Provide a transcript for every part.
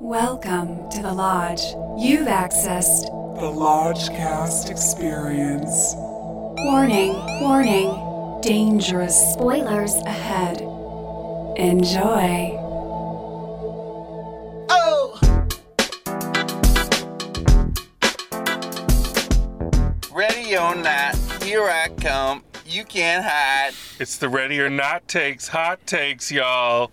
Welcome to the Lodge. You've accessed. The Lodgecast Experience. Warning, warning. Dangerous Spoilers. ahead. Enjoy. Ready or not, here I come. You can't hide. It's the Ready or Not Takes, Hot Takes, y'all.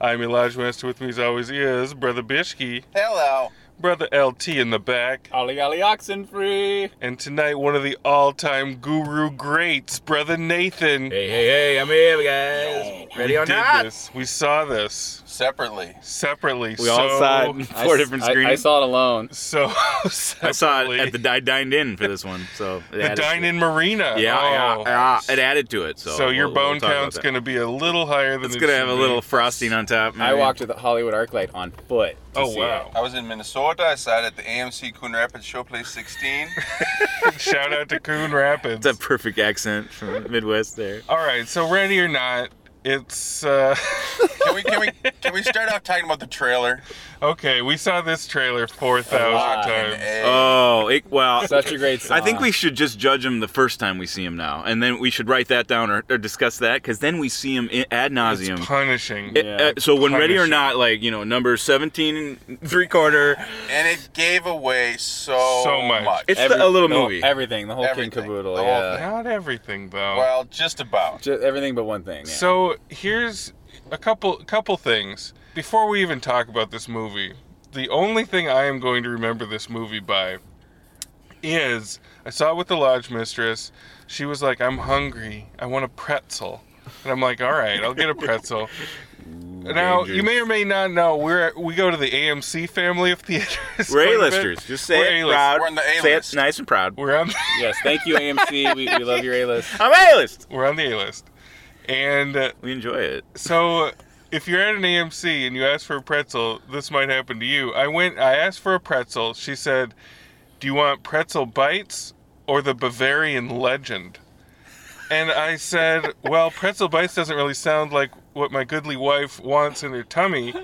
I'm Elijah Master. With me, as always, is Brother Bishki, Hello. Brother LT in the back, Ollie Ollie Oxen Free. and tonight, one of the all time guru greats, Brother Nathan. Hey, hey, hey, I'm here, guys. Ready we or did not? this. We saw this Separately. separately. We so, all saw it. I Four s- different I- screens. I, saw it alone. So I saw it separately. at the I dined in for this one, so it the added to Dine it. In Marina. Yeah, Oh. yeah, yeah, it added to it. So, So, your we'll- bone we'll talk about count's that. going to be a little higher than It's it gonna should have a be. little frosting on top. I maybe. walked to the Hollywood ArcLight on foot. to Oh see wow! I was in Minnesota. I sat at the AMC Coon Rapids Showplace 16. Shout out to Coon Rapids. It's a perfect accent from the Midwest there. All right, so ready or not, it's uh Can we can we can we start off talking about the trailer? okay, we saw this trailer 4,000 Fucking times. A. Oh, it, well. it. Such a great song. I think we should just judge him the first time we see him now, and then we should write that down or, or discuss that, because then we see him i- ad nauseum. It's punishing. It- Yeah. uh, so when ready or Punishing. not, like you know, number seventeen and three quarter. And it gave away so So much. It's Every- the, a little the whole- movie. Everything, the whole Everything. king caboodle. The whole yeah. Not everything Um, though. well, just about. Just everything but one thing. yeah. So here's a couple couple things before we even talk about this movie. The only thing I am going to remember this movie by is I saw it with the lodge mistress. She was like, "I'm hungry. I want a pretzel," and I'm like, "All right, I'll get a pretzel." Now you may or may not know we're we go to the AMC family of theaters. We're quite a bit. A-listers. Just say We're it A-list. proud. We're on the Say A-list. it nice and proud. We're on yes, thank you AMC. We, we love your A-list. I'm A-list. we're on the A list, and uh, We enjoy it. So, if you're at an AMC and you ask for a pretzel, this might happen to you. I went, I asked for a pretzel. She said, Do you want pretzel bites or the Bavarian legend? And I said, Well, pretzel bites doesn't really sound like what my goodly wife wants in her tummy,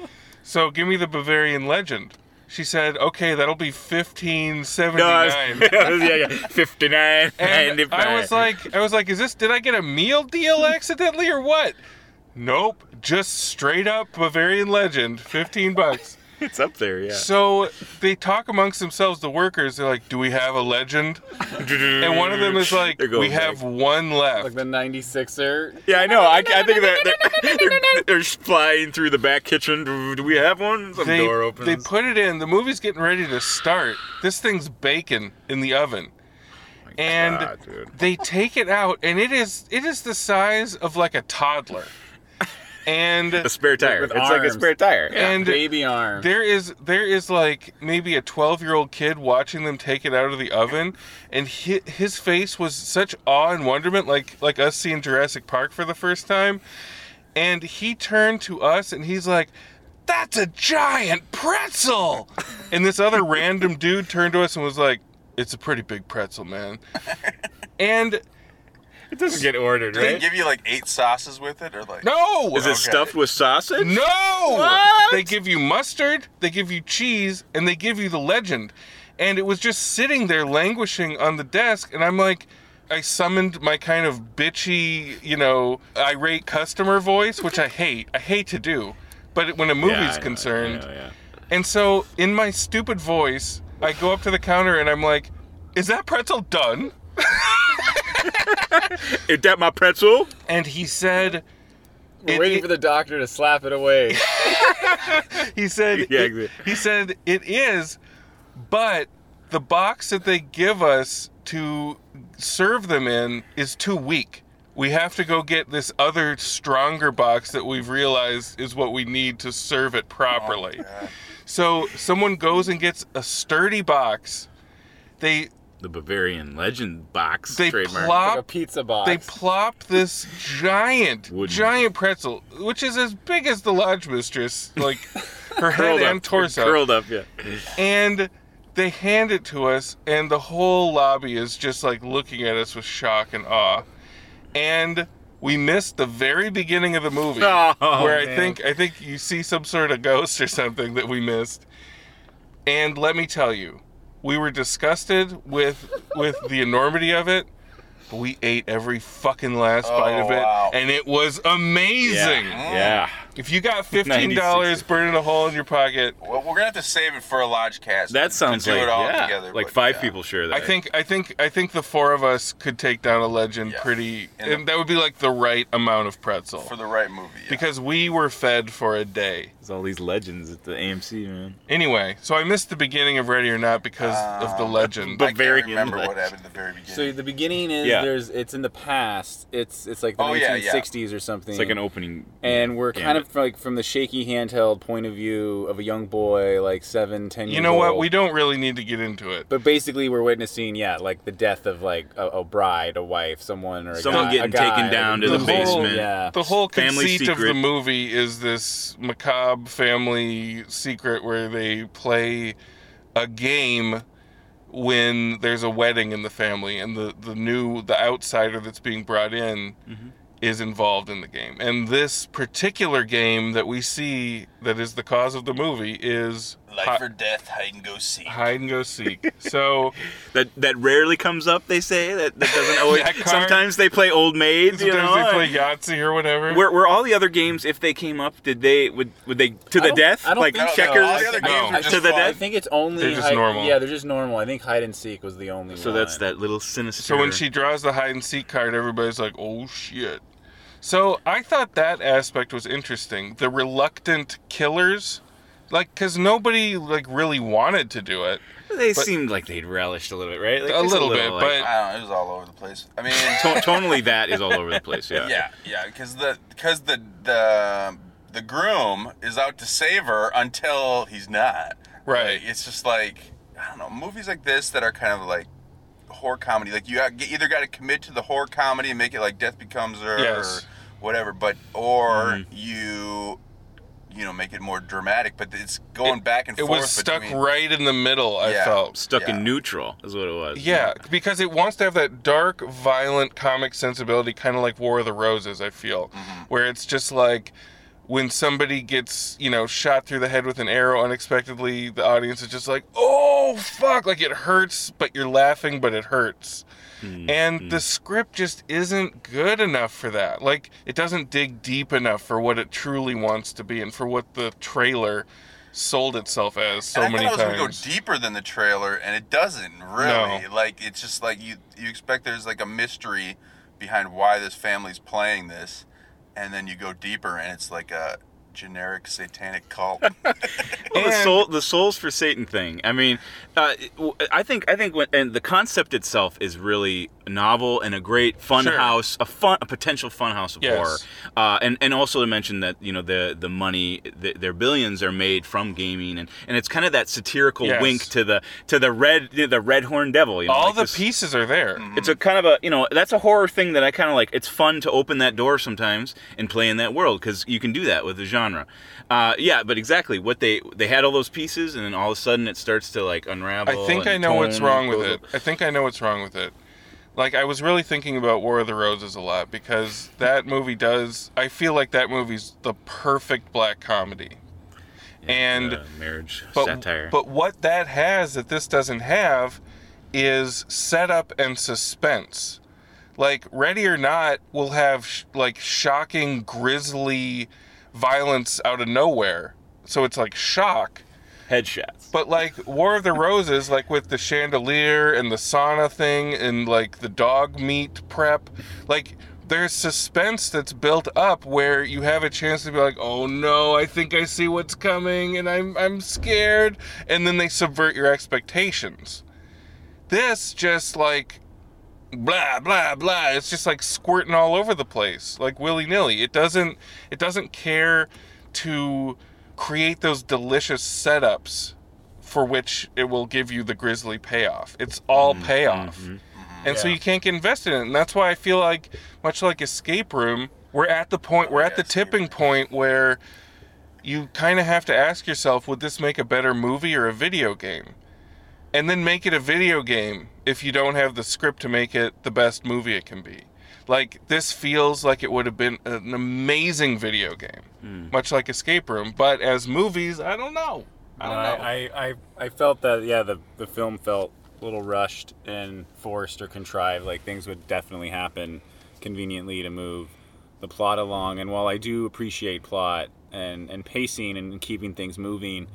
so give me the Bavarian legend. She said, "Okay, that'll be fifteen seventy-nine. yeah, yeah. 59, And 95. I was like, I was like, is this? Did I get a meal deal accidentally or what? Nope, just straight up Bavarian legend, fifteen bucks. it's up there, yeah. So they talk amongst themselves, the workers. They're like, do we have a legend? And one of them is like, They're going we have back. one Like left. the 96er. Yeah, I know. I, I think that they're, they're, they're flying through the back kitchen. Do we have one? Some They, door opens. they put it in. The movie's getting ready to start. This thing's baking in the oven. Oh My and God, Ah, dude. they take it out and it is it is the size of like a toddler. And a spare tire. with it's like a arms. spare tire. Yeah. and Baby arm. There is there is like maybe a 12 year old kid watching them take it out of the oven, and his, his face was such awe and wonderment, like like us seeing Jurassic Park for the first time. And he turned to us and he's like, "That's a giant pretzel!" And this other random dude turned to us and was like, "It's a pretty big pretzel, man." And it doesn't get ordered, Did they give you like eight sauces with it, or like? no, Is it Okay. stuffed with sausage? No! What? They give you mustard, they give you cheese, and they give you the legend. And it was just sitting there languishing on the desk, and I'm like, I summoned my kind of bitchy, you know, irate customer voice, which I hate. I hate to do. But when a Yeah, movie's I know, I concerned, know, yeah. and so, in my stupid voice, I go up to the counter and I'm like, "Is that pretzel done?" Is that my pretzel? And he said, We're it- waiting it- for the doctor to slap it away. He said, Yeah, it- exactly. he said it is, but the box that they give us to serve them in is too weak. We have to go get this other stronger box that we've realized is what we need to serve it Oh, properly. so someone goes and gets a sturdy box. They The Bavarian Legend box they trademark. like a plop pizza box. they plop this giant Wooden. giant pretzel, which is as big as the lodge mistress, like her head curled and up, torso. Curled up, yeah. and they hand it to us and the whole lobby is just like looking at us with shock and awe and we missed the very beginning of the movie Oh, where I man. think I think you see some sort of ghost or something that we missed. And let me tell you, we were disgusted with with the enormity of it, but we ate every fucking last bite of it, wow. and it was amazing. Oh, Yeah. If you got fifteen dollars burning a hole in your pocket, Well, we're gonna have to save it for a lodge cast. That sounds to do like it all yeah, together, like but, five yeah. people share that. I think I think I think the four of us could take down a legend Yeah. pretty, And- and that would be like the right amount of pretzel for the right movie. yeah. because we were fed for a day. there's all these legends at the AMC, man. Anyway, so I missed the beginning of Ready or Not because of the Um, legend. but- I can't Bavarian remember what Legend. happened at the very beginning. So the beginning is Yeah. there's it's in the past. It's it's like the Oh, yeah, yeah. 1960s or something. It's like an opening. and we're Yeah. kind of like from the shaky handheld point of view of a young boy, like seven, ten. you years know what? old. We don't really need to get into it. But basically, we're witnessing, yeah, like the death of like a, a bride, a wife, someone, or a Someone guy- getting a guy, taken down to The the, whole- basement. Yeah. The whole Family conceit of the secret. movie is this macabre family secret where they play a game when there's a wedding in the family and the, the new the outsider that's being brought in is involved in the game. And this particular game that we see that is the cause of the movie is life or death, hide and go seek. hi- hide and go seek. so That that rarely comes up. They say that that doesn't always. That card- sometimes they play old maids. You sometimes know. they play Yahtzee or whatever. were, were all the other games if they came up? Did they would would they to I the don't- death I don't like think so. checkers? All the other No. games I- are just to the fun. I death? think it's only They're just hide- normal. Yeah, they're just normal. I think hide and seek was the only. so one. that's that little sinister. So when she draws the hide and seek card, everybody's like, "Oh shit!" So I thought that aspect was interesting. The reluctant killers, like, because nobody like really wanted to do it. they but- seemed like they'd relished a little bit, right? Like, A just little bit, like- but- I don't know. It was all over the place. I mean, To- tonally that is all over the place. Uh, Yeah. yeah, yeah, because the because the the the groom is out to save her until he's not. Right. Like, It's just like I don't know movies like this that are kind of like horror comedy. Like you got- you either got to commit to the horror comedy and make it like Death Becomes Her Yes. Mm-hmm. or whatever, but or you you know make it more dramatic. But it's going back and It forth. was stuck between- right in the middle. I Yeah. felt. Stuck Yeah. in neutral is what it was. Yeah, because it wants to have that dark, violent comic sensibility, kind of like War of the Roses, I feel, Mm-hmm. where it's just like when somebody gets, you know, shot through the head with an arrow unexpectedly, the audience is just like, oh, fuck. Like it hurts, but you're laughing, but it hurts. Hmm, And the script just isn't good enough for that. Like, it doesn't dig deep enough for what it truly wants to be and for what the trailer sold itself as so and I many thought times. it was gonna go deeper than the trailer, and it doesn't really. No. Like it's just like you you expect there's like a mystery behind why this family's playing this, and then you go deeper, and it's like a generic satanic cult. Uh, Well, the And- soul, the souls for Satan thing. I mean, uh, it- w- I think I think when, and the concept itself is really novel and a great fun Sure. house, a fun, a potential fun house of Yes. horror. Uh, and and also to mention that you know the the money, the, their billions are made from gaming, and, and it's kind of that satirical Yes. wink to the to the red the red horn devil. You know, All like the this- pieces are there. Hmm. It's a kind of a you know that's a horror thing that I kind of like. It's fun to open that door sometimes and play in that world because you can do that with the genre. Uh, yeah, but exactly what they they had all those pieces and then all of a sudden it starts to like unravel. I think and I know what's tone wrong with goes it. up. I think I know what's wrong with it. Like I was really thinking about War of the Roses a lot because that movie does. I feel like that movie's the perfect black comedy. and Uh, marriage but satire. but what that has that this doesn't have is setup and suspense. Like Ready or Not will have sh- like shocking, grisly violence out of nowhere. So it's like shock, headshots. but like War of the Roses, like with the chandelier and the sauna thing and like the dog meat prep, like there's suspense that's built up where you have a chance to be like, oh no, I think I see what's coming and I'm I'm scared, and then they subvert your expectations. This just like blah blah blah it's just like squirting all over the place like willy-nilly it doesn't it doesn't care to create those delicious setups for which it will give you the grizzly payoff it's all payoff and so Yeah. you can't get invested in it and that's why i feel like much like escape room we're at the point we're at yeah, the Escape tipping point where you kind of have to ask yourself would this make a better movie or a video game and then make it a video game if you don't have the script to make it the best movie it can be. Like this feels like it would have been an amazing video game, much like Escape Room. But as movies, I don't know. I I, don't know. I, I, I felt that yeah the, the film felt a little rushed and forced or contrived like things would definitely happen conveniently to move the plot along and while I do appreciate plot and, and pacing and keeping things moving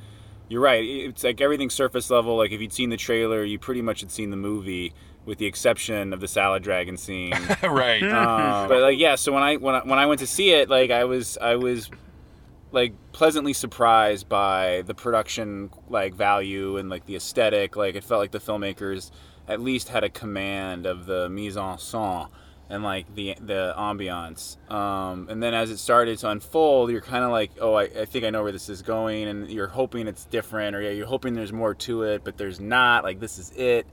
you're right it's like everything's surface level like if you'd seen the trailer you pretty much had seen the movie with the exception of the salad dragon scene right. Um, but like yeah, so when I when I, when I went to see it, like I was I was like pleasantly surprised by the production like value and like the aesthetic. Like it felt like the filmmakers at least had a command of the mise en scène and like the the ambiance. Um, and then as it started to unfold, you're kind of like, oh, I, I think I know where this is going, and you're hoping it's different, or yeah, you're hoping there's more to it, but there's not. Like this is it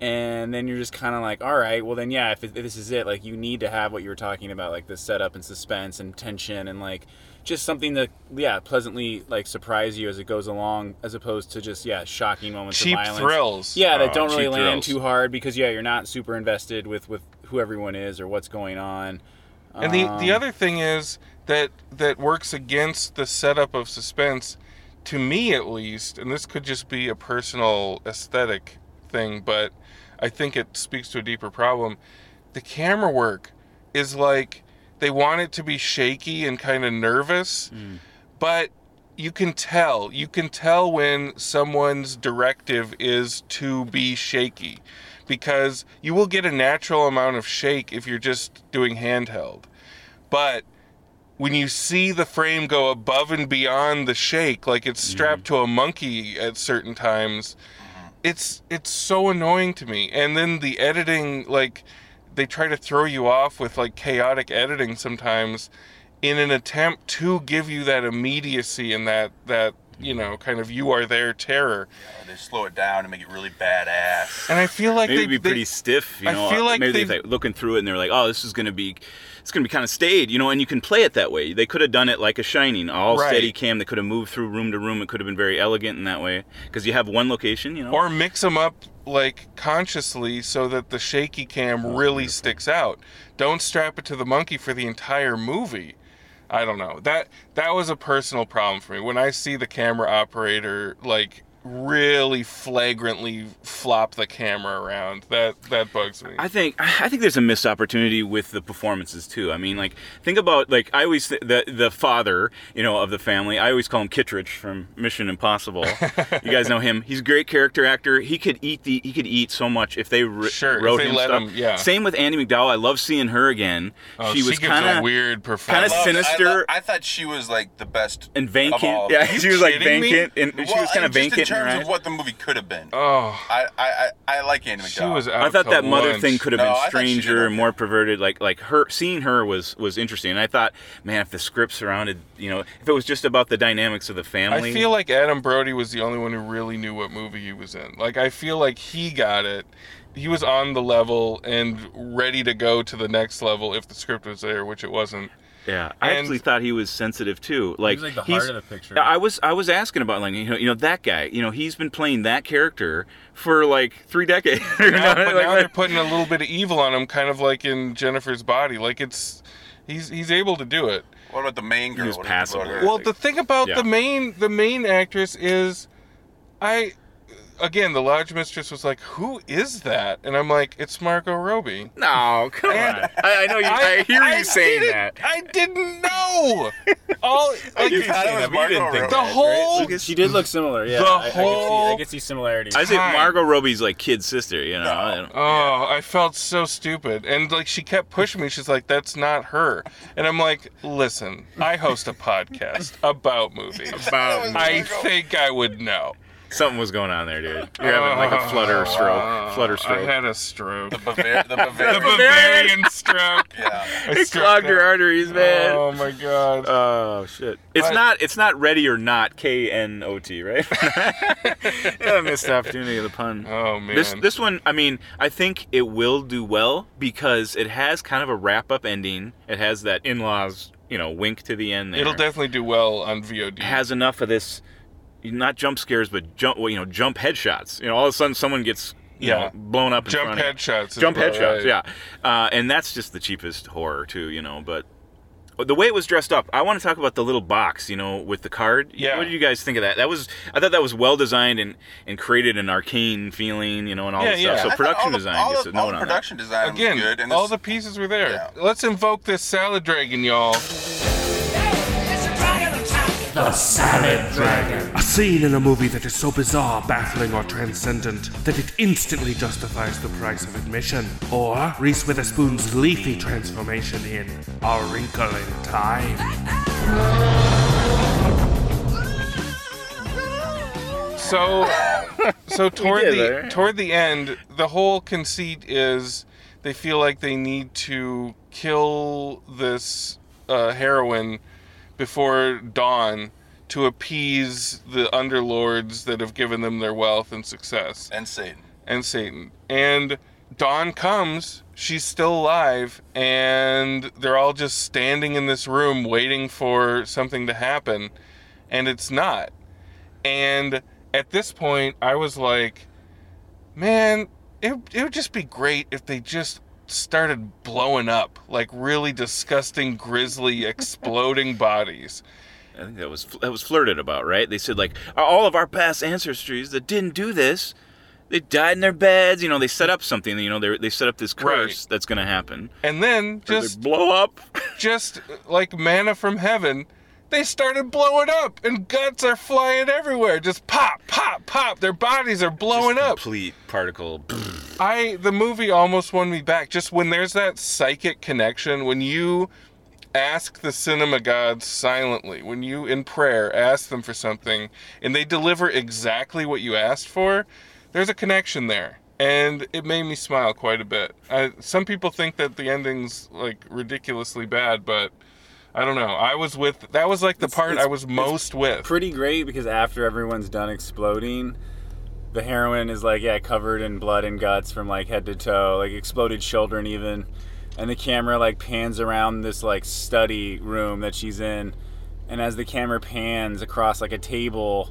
and then you're just kind of like all right well then yeah if, it, if this is it like you need to have what you were talking about like the setup and suspense and tension and like just something that yeah pleasantly like surprise you as it goes along as opposed to just yeah shocking moments Cheap of violence thrills. yeah that Oh, don't really cheap land thrills. too hard because yeah you're not super invested with with who everyone is or what's going on Um, And the the other thing is that that works against the setup of suspense, to me at least, and this could just be a personal aesthetic thing, but I think it speaks to a deeper problem. The camera work is like they want it to be shaky and kind of nervous, but you can tell you can tell when someone's directive is to be shaky because you will get a natural amount of shake if you're just doing handheld but when you see the frame go above and beyond the shake like it's Mm-hmm. strapped to a monkey at certain times Uh-huh. it's it's so annoying to me and then the editing like they try to throw you off with like chaotic editing sometimes in an attempt to give you that immediacy and that that you know kind of you are there terror Or they slow it down and make it really badass. and i feel like Maybe they, it'd be they- pretty stiff, you I know. feel like maybe they- they're looking through it and they're like, "Oh, this is gonna be, it's gonna be kind of stayed," you know. And you can play it that way. They could have done it like a Shining, all Right. steady cam. They could have moved through room to room. It could have been very elegant in that way because you have one location, you know. or mix them up like consciously so that the shaky cam Oh, really sticks out don't strap it to the monkey for the entire movie i don't know that that was a personal problem for me when i see the camera operator like really flagrantly flop the camera around that that bugs me I think I think there's a missed opportunity with the performances too. I mean, like think about like I always th- the the father you know of the family. I always call him Kittredge from Mission Impossible. you guys know him. He's a great character actor. He could eat the he could eat so much if they r- Sure, if wrote they him let stuff. him, yeah. Same with Andy McDowell. I love seeing her again. Oh, she was gives a kind of weird kinda performance Love- I sinister- lo- I, thought she was like the best and of all. vacant. Yeah, she was like kidding me? vacant, and she Well, was kind of just in vacant. in her terms of eyes. what the movie could have been. oh I, I, I I like Andy McDowell. she was out I thought to that mother lunch. thing could have No, I been thought she did stranger and okay. more perverted. Like like her seeing her was was interesting. And I thought, man, if the script surrounded, you know, if it was just about the dynamics of the family, I feel like Adam Brody was the only one who really knew what movie he was in. Like I feel like he got it. He was on the level and ready to go to the next level if the script was there, which it wasn't. yeah, I and- actually thought he was sensitive too. Like, was, like, the he's- heart of the picture. I was I was asking about like you know you know that guy. You know, he's been playing that character for like three decades. You know, Now, but like- now they're putting a little bit of evil on him, kind of like in Jennifer's body. Like it's, he's he's able to do it. What about the main girl? was What about passable. her? Well, the thing about Yeah. the main the main actress is, I, again, the lodge mistress was like, "Who is that?" And I'm like, "It's Margot Robbie." no, come on. I, I know you. I, hear you I saying didn't- that. I didn't know. All like, you thought it was Margot Robbie, the right? whole she did look similar yeah The I, I could see- I whole- could see, similarities I say time. Margot Robbie's like kid sister. You know, I don't- Oh, I felt so stupid. And like she kept pushing me. She's like, "That's not her." And I'm like, "Listen, I host a podcast about movies. About- I think I would know." Ah, Something was going on there, dude. You're having like a flutter stroke. Flutter I stroke. had a stroke. the Bavarian. The The Bavarian. Bavarian stroke. yeah. I It struck clogged your out. arteries, man. Oh my god. oh shit! It's I- not. It's not ready or not. K N O T. Right? yeah, I missed the opportunity of the pun. Oh, man. This this one. I mean, I think it will do well because it has kind of a wrap up ending. It has that in laws, you know, wink to the end. There. It'll definitely do well on VOD. has enough of this, not jump scares, but jump, well, you know, jump headshots. You know, all of a sudden someone gets you Yeah. know, blown up in Jump front of you. headshots. is jump about right. headshots yeah uh, and that's just the cheapest horror too you know but the way it was dressed up i want to talk about the little box you know with the card Yeah. what did you guys think of that that was i thought that was well designed and and created an arcane feeling you know and all Yeah, that yeah. stuff so I thought all production the- design all gets the- a all note the on that production design Again, was good, and all this- the pieces were there. Yeah. Let's invoke this salad dragon, y'all. The Salad Dragon. A scene in a movie that is so bizarre, baffling, or transcendent that it instantly justifies the price of admission. Or Reese Witherspoon's leafy transformation in A Wrinkle in Time. So, so toward did the there. toward the end, the whole conceit is they feel like they need to kill this uh, heroine before dawn to appease the underlords that have given them their wealth and success and Satan. and Satan. And dawn comes, she's still alive, and they're all just standing in this room waiting for something to happen, and it's not. And at this point, I was like, man, it, it would just be great if they just started blowing up like really disgusting, grisly, exploding bodies. i think that was that was flirted about right they said like all of our past ancestries that didn't do this they died in their beds you know they set up something you know they they set up this curse that's going to happen And then Or they just blow up just like manna from heaven, they started blowing up and guts are flying everywhere. Just pop, pop, pop. Their bodies are blowing Just up. complete particle I the movie almost won me back. Just when there's that psychic connection, when you ask the cinema gods silently, when you in prayer ask them for something and they deliver exactly what you asked for, there's a connection there. And it made me smile quite a bit. I, some people think that the ending's like ridiculously bad, but I don't know. I was with that was like the part it's- I was most with. pretty great because after everyone's done exploding, the heroine is like, yeah, covered in blood and guts from like head to toe, like exploded children even. And the camera like pans around this like study room that she's in. And as the camera pans across like a table,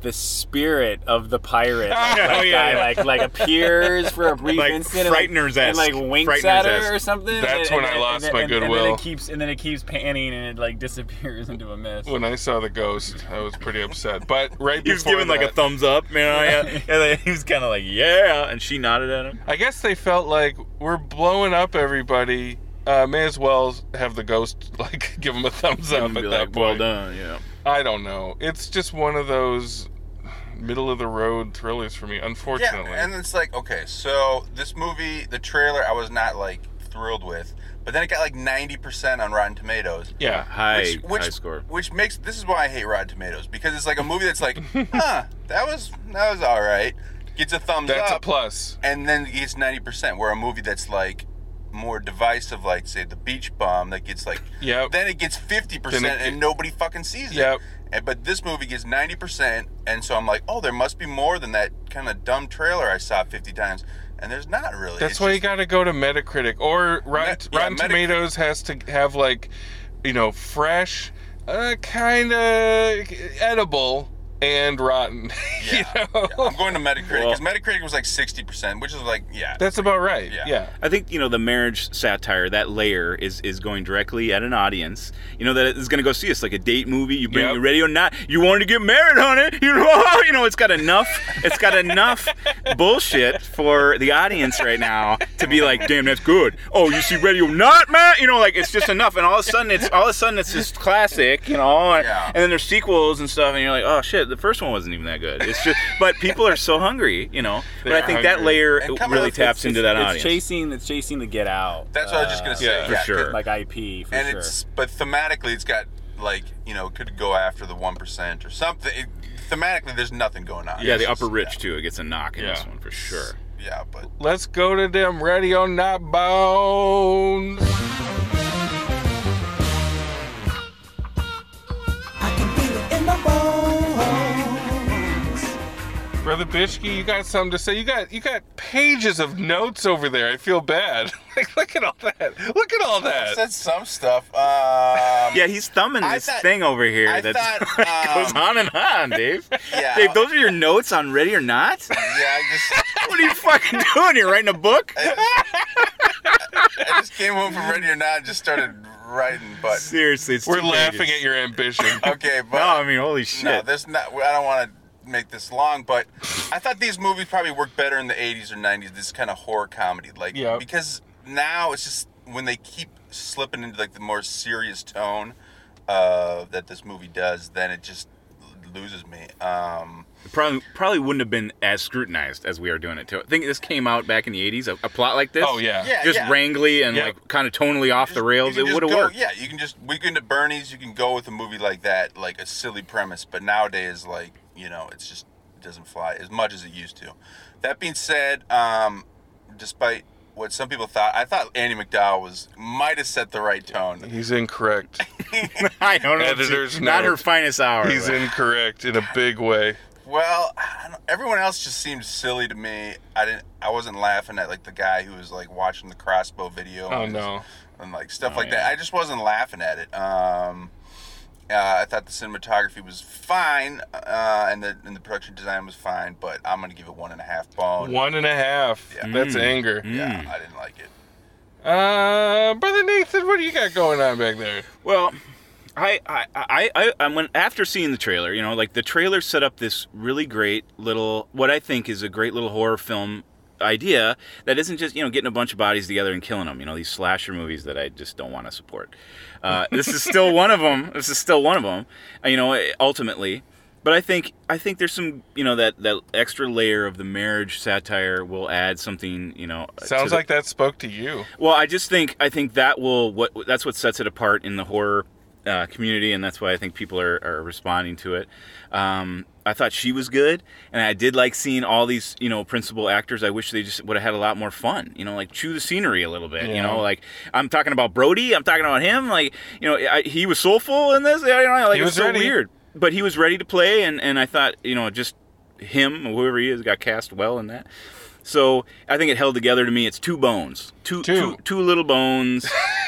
the spirit of the pirate like, Oh, like, yeah, guy, yeah. like like appears for a brief Like instant and, like, Frighteners-esque. and like winks at Frighteners-esque. her or something. That's and, when I and- lost and- my and- And then goodwill. it keeps and then it keeps panning and it like disappears into a mist. when I saw the ghost, I was pretty upset. But right he was before giving like a that- thumbs up, you know, yeah. and then he was kind of like, yeah, and she nodded at him. I guess they felt like we're blowing up everybody. Uh, may as well have the ghost like give him a thumbs up And at be that like, point. well done, yeah. I don't know. It's just one of those middle of the road thrillers for me, Yeah, unfortunately. and it's like okay, so this movie, the trailer, I was not like thrilled with, but then it got like ninety percent on Rotten Tomatoes. yeah. High, Which, which, high score. which makes this is why I hate Rotten Tomatoes because it's like a movie that's like, huh, that was that was all right, gets a thumbs That's a up, plus. and then it gets ninety percent. Where a movie that's like more divisive, like say the Beach Bomb, that gets like, Yep. then it gets fifty percent, Then it and ge- nobody fucking sees it. Yep. And, but this movie gets ninety percent, and so I'm like, oh, there must be more than that kind of dumb trailer I saw fifty times, and there's not really. That's It's why you just- got to go to Metacritic or Rotten, yeah, Rotten Metacritic. Tomatoes has to have like, you know, fresh, uh, kind of edible and rotten. you Yeah, know? yeah. I'm going to Metacritic Well- because Metacritic was like sixty percent, which is like yeah. That's about right. Yeah. yeah. I think you know the marriage satire. That layer is is going directly at an audience. You know that is going to go see us like a date movie. You bring Yep. the radio, not you wanted to get married, honey. You know, you know it's got enough. It's got enough bullshit for the audience right now to be like, damn, that's good. Oh, you see radio, not man. You know, like it's just enough. And all of a sudden, it's all of a sudden it's this classic. You know, and, Yeah. and then there's sequels and stuff, and you're like, oh shit, the first one wasn't even that good. It's just, but people are so hungry. You know, but They I are think that hungry. layer And coming up, really it's- taps into that it's audience. chasing it's chasing the get out That's what I was just gonna uh, say. yeah, for sure. like ip for and sure it's but thematically it's got like you know could go after the one percent or something. It, thematically, there's nothing going on. Yeah, It's the upper just- rich too. It gets a knock in Yeah. this one for sure. Yeah, but Let's go to them radio not bones. Brother Bishke, you got something to say? You got you got pages of notes over there. I feel bad. like, look at all that. Look at all Uh, I that. said some stuff. Um, Yeah, he's thumbing I this thought- thing over here I that thought, goes um, on and on, Dave. yeah, Dave, those are your notes on Ready or Not? yeah. I just What are you fucking doing? You're writing a book? I just came home from Ready or Not and just started writing, but Seriously, it's We're two laughing pages. at your ambition. okay, but No, Oh, I mean, holy shit. No, there's not. I don't want to make this long, but I thought these movies probably worked better in the '80s or '90s. This kind of horror comedy, like Yeah. because now it's just when they keep slipping into like the more serious tone uh, that this movie does, then it just loses me. Um, probably probably wouldn't have been as scrutinized as we are doing it too. I think this came out back in the '80s. A, a plot like this, Oh, yeah. Yeah, just yeah. wrangly and Yeah. like kind of tonally off the rails. you It can just would have go- worked. Yeah, you can just Weekend at Bernie's. You can go with a movie like that, like a silly premise. But nowadays, like you know, it's just it doesn't fly as much as it used to. That being said, um, despite what some people thought, I thought Andy McDowell was might have set the right tone. He's incorrect. I don't know. Editor's It's not note. her finest hour. He's incorrect in a big way. Well, I don't, everyone else just seemed silly to me. I didn't. I wasn't laughing at like the guy who was like watching the crossbow video. Oh and- no. and like stuff like that. I just wasn't laughing at it. Um, uh, I thought the cinematography was fine, uh, and the and the production design was fine, but I'm gonna give it one and a half bone. One and a half. Yeah. That's anger. Yeah, I didn't like it. Uh, brother Nathan, what do you got going on back there? Well, I I I I I went after seeing the trailer. You know, like the trailer set up this really great little what I think is a great little horror film idea that isn't just you know getting a bunch of bodies together and killing them. You know, these slasher movies that I just don't want to support. Uh, this is still one of them. This is still one of them. You know, eh, ultimately. But I think I think there's some you know that, that extra layer of the marriage satire will add something you know Uh, to Sounds the- like that spoke to you. well, I just think I think that will what that's what sets it apart in the horror uh, community, and that's why I think people are, are responding to it. Um, I thought she was good, and I did like seeing all these you know principal actors. I wish they just would have had a lot more fun. You know, like chew the scenery a little bit. You know, like I'm talking about Brody, I'm talking about him. Like you know, I, he was soulful in this. You know, like He it was was so ready. weird, but he was ready to play, and and I thought you know just him whoever he is got cast well in that. So I think it held together to me. It's two bones, two Two. two, two little bones.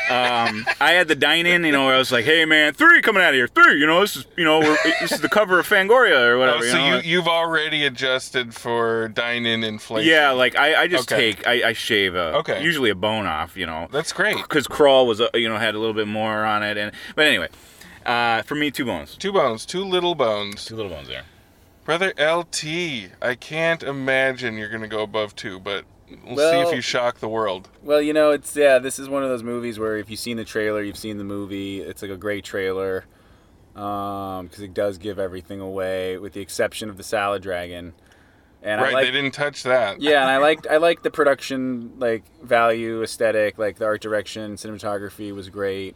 Um, I had the dine in, you know, where I was like, "Hey, man, three coming out of here, three. You know, this is you know, we're, this is the cover of Fangoria or whatever." Oh, you so know? you, you've already adjusted for dine-in inflation. yeah, like I, I just Okay. take, I, I shave a, Okay. usually a bone off, you know, that's great. because crawl was uh, you know had a little bit more on it, and but anyway, uh, for me, two bones, Two bones, two little bones. two little bones there. Brother LT, I can't imagine you're gonna go above two, but we'll see Well- if you shock the world. Well, you know, it's yeah. This is one of those movies where if you've seen the trailer, you've seen the movie. It's like a great trailer because it does give everything away, with the exception of the salad dragon. And right, I like, they didn't touch that. yeah, and I liked I liked the production like value aesthetic, like the art direction, cinematography was great.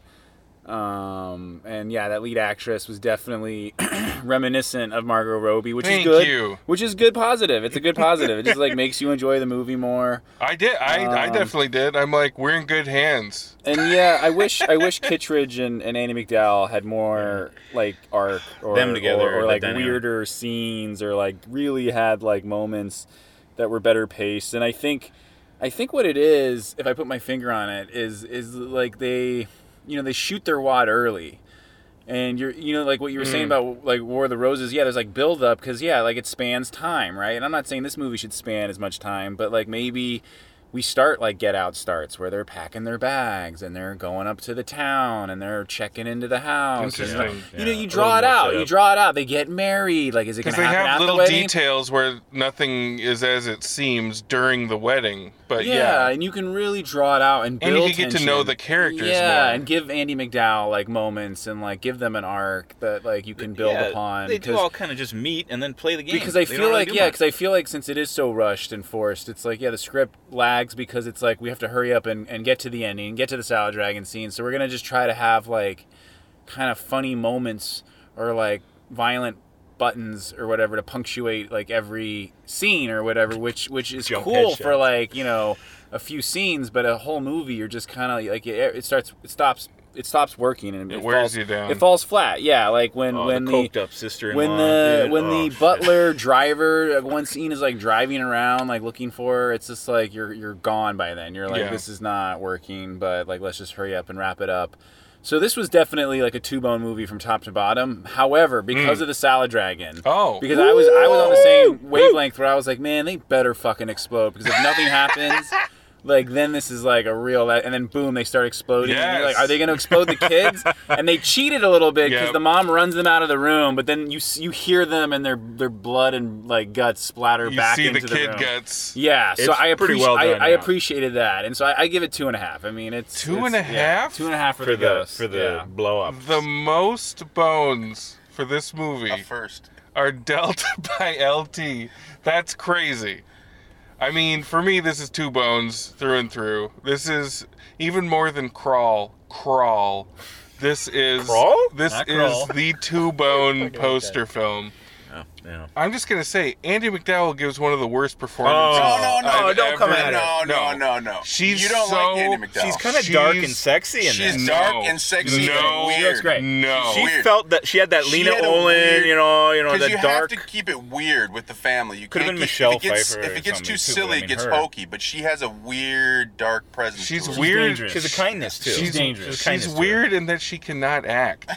Um, and yeah, that lead actress was definitely reminiscent of Margot Robbie, which Thank is good. you. Which is good positive. It's a good positive. it just like makes you enjoy the movie more. I did. I, I Um, definitely did. I'm like, we're in good hands. And yeah, I wish I wish Kittredge and, and Annie McDowell had more like arc or Them together, or, or the like dynamic. weirder scenes or like really had like moments that were better paced. And I think I think what it is, if I put my finger on it, is is like they you know, they shoot their wad early. And you're, you know, like what you were saying about like War of the Roses. Yeah, there's like build up because yeah, like it spans time, right? And I'm not saying this movie should span as much time, but like maybe we start like Get Out starts where they're packing their bags and they're going up to the town and they're checking into the house. and, like, Interesting. You know, Yeah, you a draw little it more out. setup. You draw it out. They get married. Like, is it gonna Because they happen have at the little wedding? details where nothing is as it seems during the wedding. But Yeah, yeah, and you can really draw it out and And build. you can get to know tension. the characters Yeah, more. and give Andy McDowell like moments and like give them an arc that like you can build Yeah, upon. They do 'cause- all kind of just meet and then play the game because I They don't feel really like do yeah, much. because I feel like since it is so rushed and forced, it's like yeah, the script lags because it's like we have to hurry up and, and get to the ending, get to the salad dragon scene. So we're gonna just try to have like kind of funny moments or like violent buttons or whatever to punctuate like every scene or whatever, which which is Jump cool headshots. for like you know a few scenes, but a whole movie you're just kind of like it, it starts it stops it stops working and it, It wears falls, you down. It falls flat. Yeah, like when Oh, when the the, coked up Oh, sister when the when the Oh. butler driver like, one scene is like driving around like looking for her it's just like you're you're gone by then you're like Yeah. this is not working but like let's just hurry up and wrap it up So this was definitely like a two bone movie from top to bottom. However, because of the Salad Dragon, Mm. Oh. because I was I was on the same wavelength where I was like, man, they better fucking explode because if nothing happens, like then this is like a real and then boom, they start exploding. And you're Yes. like, are they going to explode the kids? and they cheated a little bit because Yep. the mom runs them out of the room, but then you s- you hear them and their their blood and like guts splatter You back see the into the, kid room. gets Yeah, so It's I pretty appreciate well I, done I now. appreciated that, and so I, I give it two and a half. I mean, it's Two it's- and a yeah, half? two and a half for, for the, the ghost for the yeah. blow up. the most bones for this movie. Up first. are dealt by LT. That's crazy. I mean, for me, this is two bones through and through. This is even more than crawl. Crawl. This is Crawl? this Not is crawl. Oh, the two bone poster film. Yeah. I'm just gonna say, Andy McDowell gives one of the worst performances. Oh, no, no, I've no, don't come ever- at No, no, no, no. She's you don't so- like Andy McDowell. She's kind of She's- dark and sexy in she's this. No. dark and sexy No. and She weird. looks great. No. She weird. felt that she had that She Lena had a Olin, weird- you know, you know, Because that you dark. have to keep it weird with the family. You Could've can't keep- been Michelle if it gets, Pfeiffer If or it gets something, too too, silly, I it mean, gets her. hokey. But she has a weird dark presence. She's to her. weird. dangerous. She's a kindness too. She's dangerous. She's She's kindness to her. weird in that she cannot act.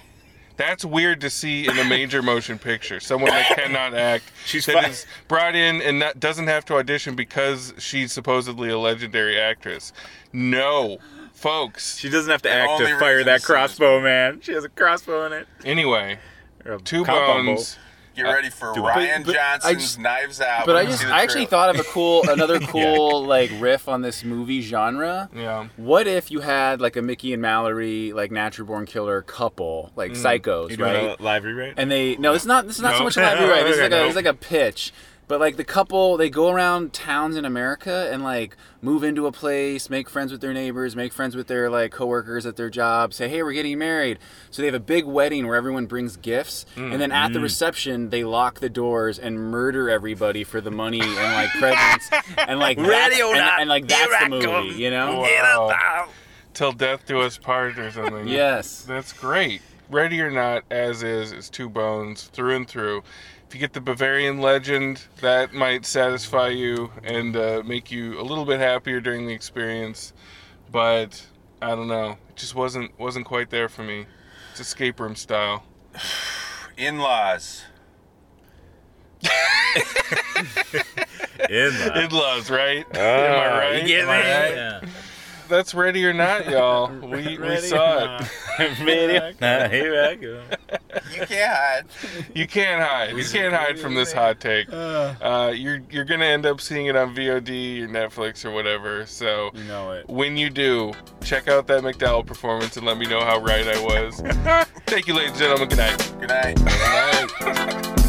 That's weird to see in a major motion picture. Someone that cannot act. She's that fi- is brought in and not, doesn't have to audition because she's supposedly a legendary actress. No, folks. She doesn't have to act only to fire reason that to see this crossbow, man. She has a crossbow in it. Anyway, Or a two combo. bones. Get ready for I- Ryan But- but I Johnson's just- Knives Out. when But I you just see the I actually trailer. thought of a cool another cool like riff on this movie genre. Yeah. What if you had like a Mickey and Mallory like natural born killer couple like Mm. You psychos doing right? a live rewrite? and they no, it's not. This is not so No. much about you, right? This is like a, Okay, it's like a pitch. But like the couple, they go around towns in America and like move into a place, make friends with their neighbors, make friends with their like coworkers at their job. Say, hey, we're getting married. So they have a big wedding where everyone brings gifts, Mm. and then at the reception, they lock the doors and murder everybody for the money and like presents and like that's, and, and, like that's the movie, you know? Wow. Till death do us part or something. Yes. That's great. Ready or not, as is, is two bones through and through. If you get the Bavarian legend, that might satisfy you and uh, make you a little bit happier during the experience. But I don't know, it just wasn't wasn't quite there for me. It's escape room style. in-laws. In the- It loves, right? Am Ah, I right? You Am get me? I right? That's ready or not, y'all. We, we saw it. Nah, here I go. You can't hide. You can't hide. You can't hide from this hot take. Uh, you're you're gonna end up seeing it on VOD or Netflix or whatever. So You know it. when you do, check out that McDowell performance and let me know how right I was. Thank you, ladies and gentlemen. Good night. Good night. Good night.